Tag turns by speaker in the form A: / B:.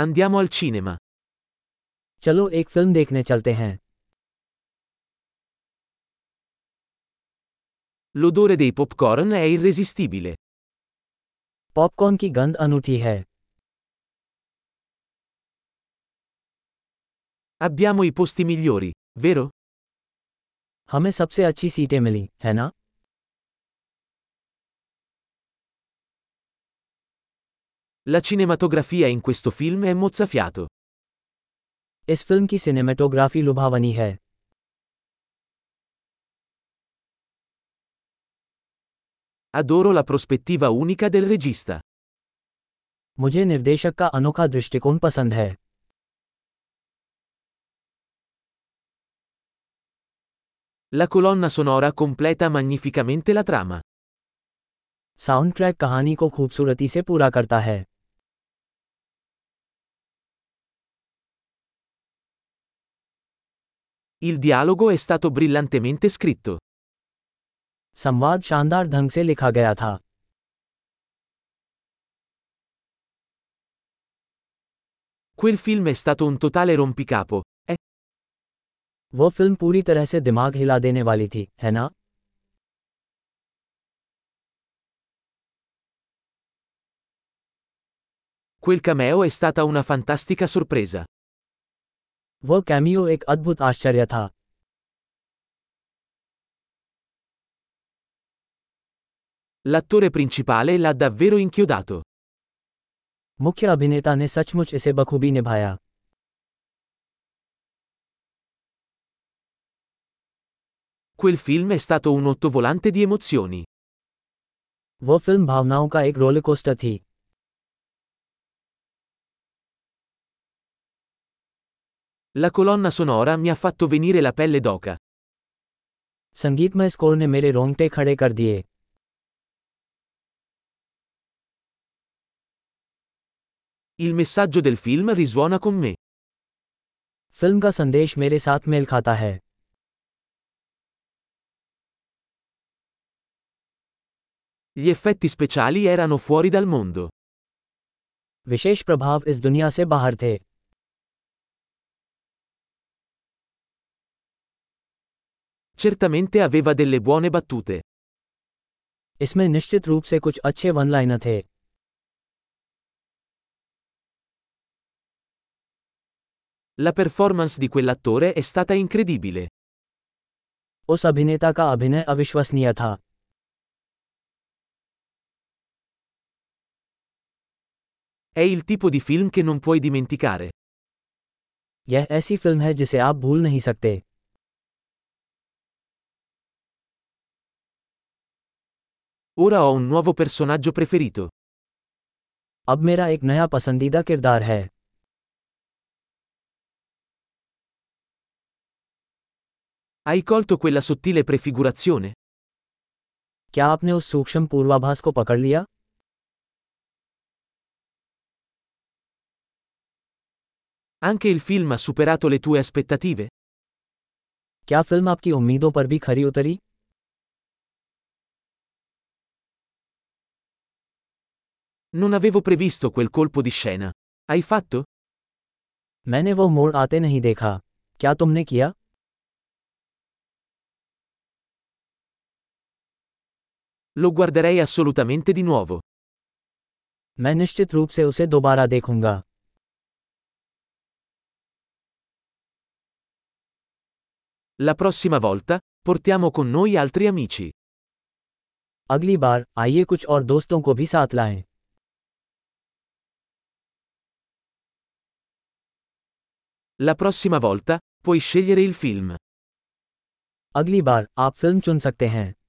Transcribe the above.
A: Andiamo al cinema.
B: चलो एक film देखने चलते हैं
A: L'odore dei popcorn è irresistibile.
B: Popcorn की गंध अनूठी है
A: Abbiamo i posti migliori, vero?
B: हमें सबसे अच्छी सीटें मिली है ना
A: La cinematografia in questo film è mozzafiato.
B: इस फिल्म की सिनेमेटोग्राफी लुभावनी है
A: Adoro la prospettiva unica del regista.
B: मुझे निर्देशक का अनोखा दृष्टिकोण पसंद है
A: La colonna sonora completa magnificamente la trama.
B: Sound track कहानी को खूबसूरती से पूरा करता है
A: Il dialogo è stato brillantemente scritto.
B: संवाद शानदार ढंग से लिखा गया था
A: Quel film è stato un totale rompicapo. È
B: वो फिल्म पूरी तरह से दिमाग हिला देने वाली थी है ना
A: quel cameo è stata una fantastica sorpresa.
B: वो कैमियो एक अद्भुत आश्चर्य था
A: L'attore principale l'ha davvero inchiodato.
B: मुख्य अभिनेता ने सचमुच इसे बखूबी निभाया
A: Quel film è stato un ottovolante di emozioni.
B: वो फिल्म भावनाओं का एक रोलकोस्टर थी
A: La colonna sonora mi ha fatto venire la pelle d'oca.
B: संगीतमय स्कोर ने मेरे रोंगटे खड़े कर दिए
A: Il messaggio del film risuona con me.
B: Film का संदेश मेरे साथ मेल खाता है
A: Gli effetti speciali erano fuori dal mondo.
B: विशेष प्रभाव इस दुनिया से बाहर थे
A: Certamente aveva delle buone battute.
B: इसमें निश्चित रूप से कुछ अच्छे वन लाइनर थे
A: La performance di quell'attore è stata incredibile.
B: उस अभिनेता का अभिनय अविश्वसनीय था
A: È il tipo di film che non puoi dimenticare.
B: यह ऐसी फिल्म है जिसे आप भूल नहीं सकते
A: Ora ho un nuovo personaggio preferito.
B: अब मेरा एक नया पसंदीदा किरदार है
A: Hai colto quella sottile prefigurazione?
B: क्या आपने उस सूक्ष्म पूर्वाभास को पकड़ लिया
A: Anche il film ha superato le tue aspettative?
B: क्या फिल्म आपकी उम्मीदों पर भी खरी उतरी
A: Non avevo previsto quel colpo di scena. Hai fatto?
B: मैंने वो मोड़ आते नहीं देखा क्या तुमने किया
A: Lo guarderei assolutamente di nuovo.
B: मैं निश्चित रूप से उसे दोबारा देखूंगा
A: La prossima volta, portiamo con noi altri amici.
B: अगली बार आइए कुछ और दोस्तों को भी साथ लाएं
A: La prossima volta, puoi scegliere il film.
B: अगली बार आप फिल्म चुन सकते हैं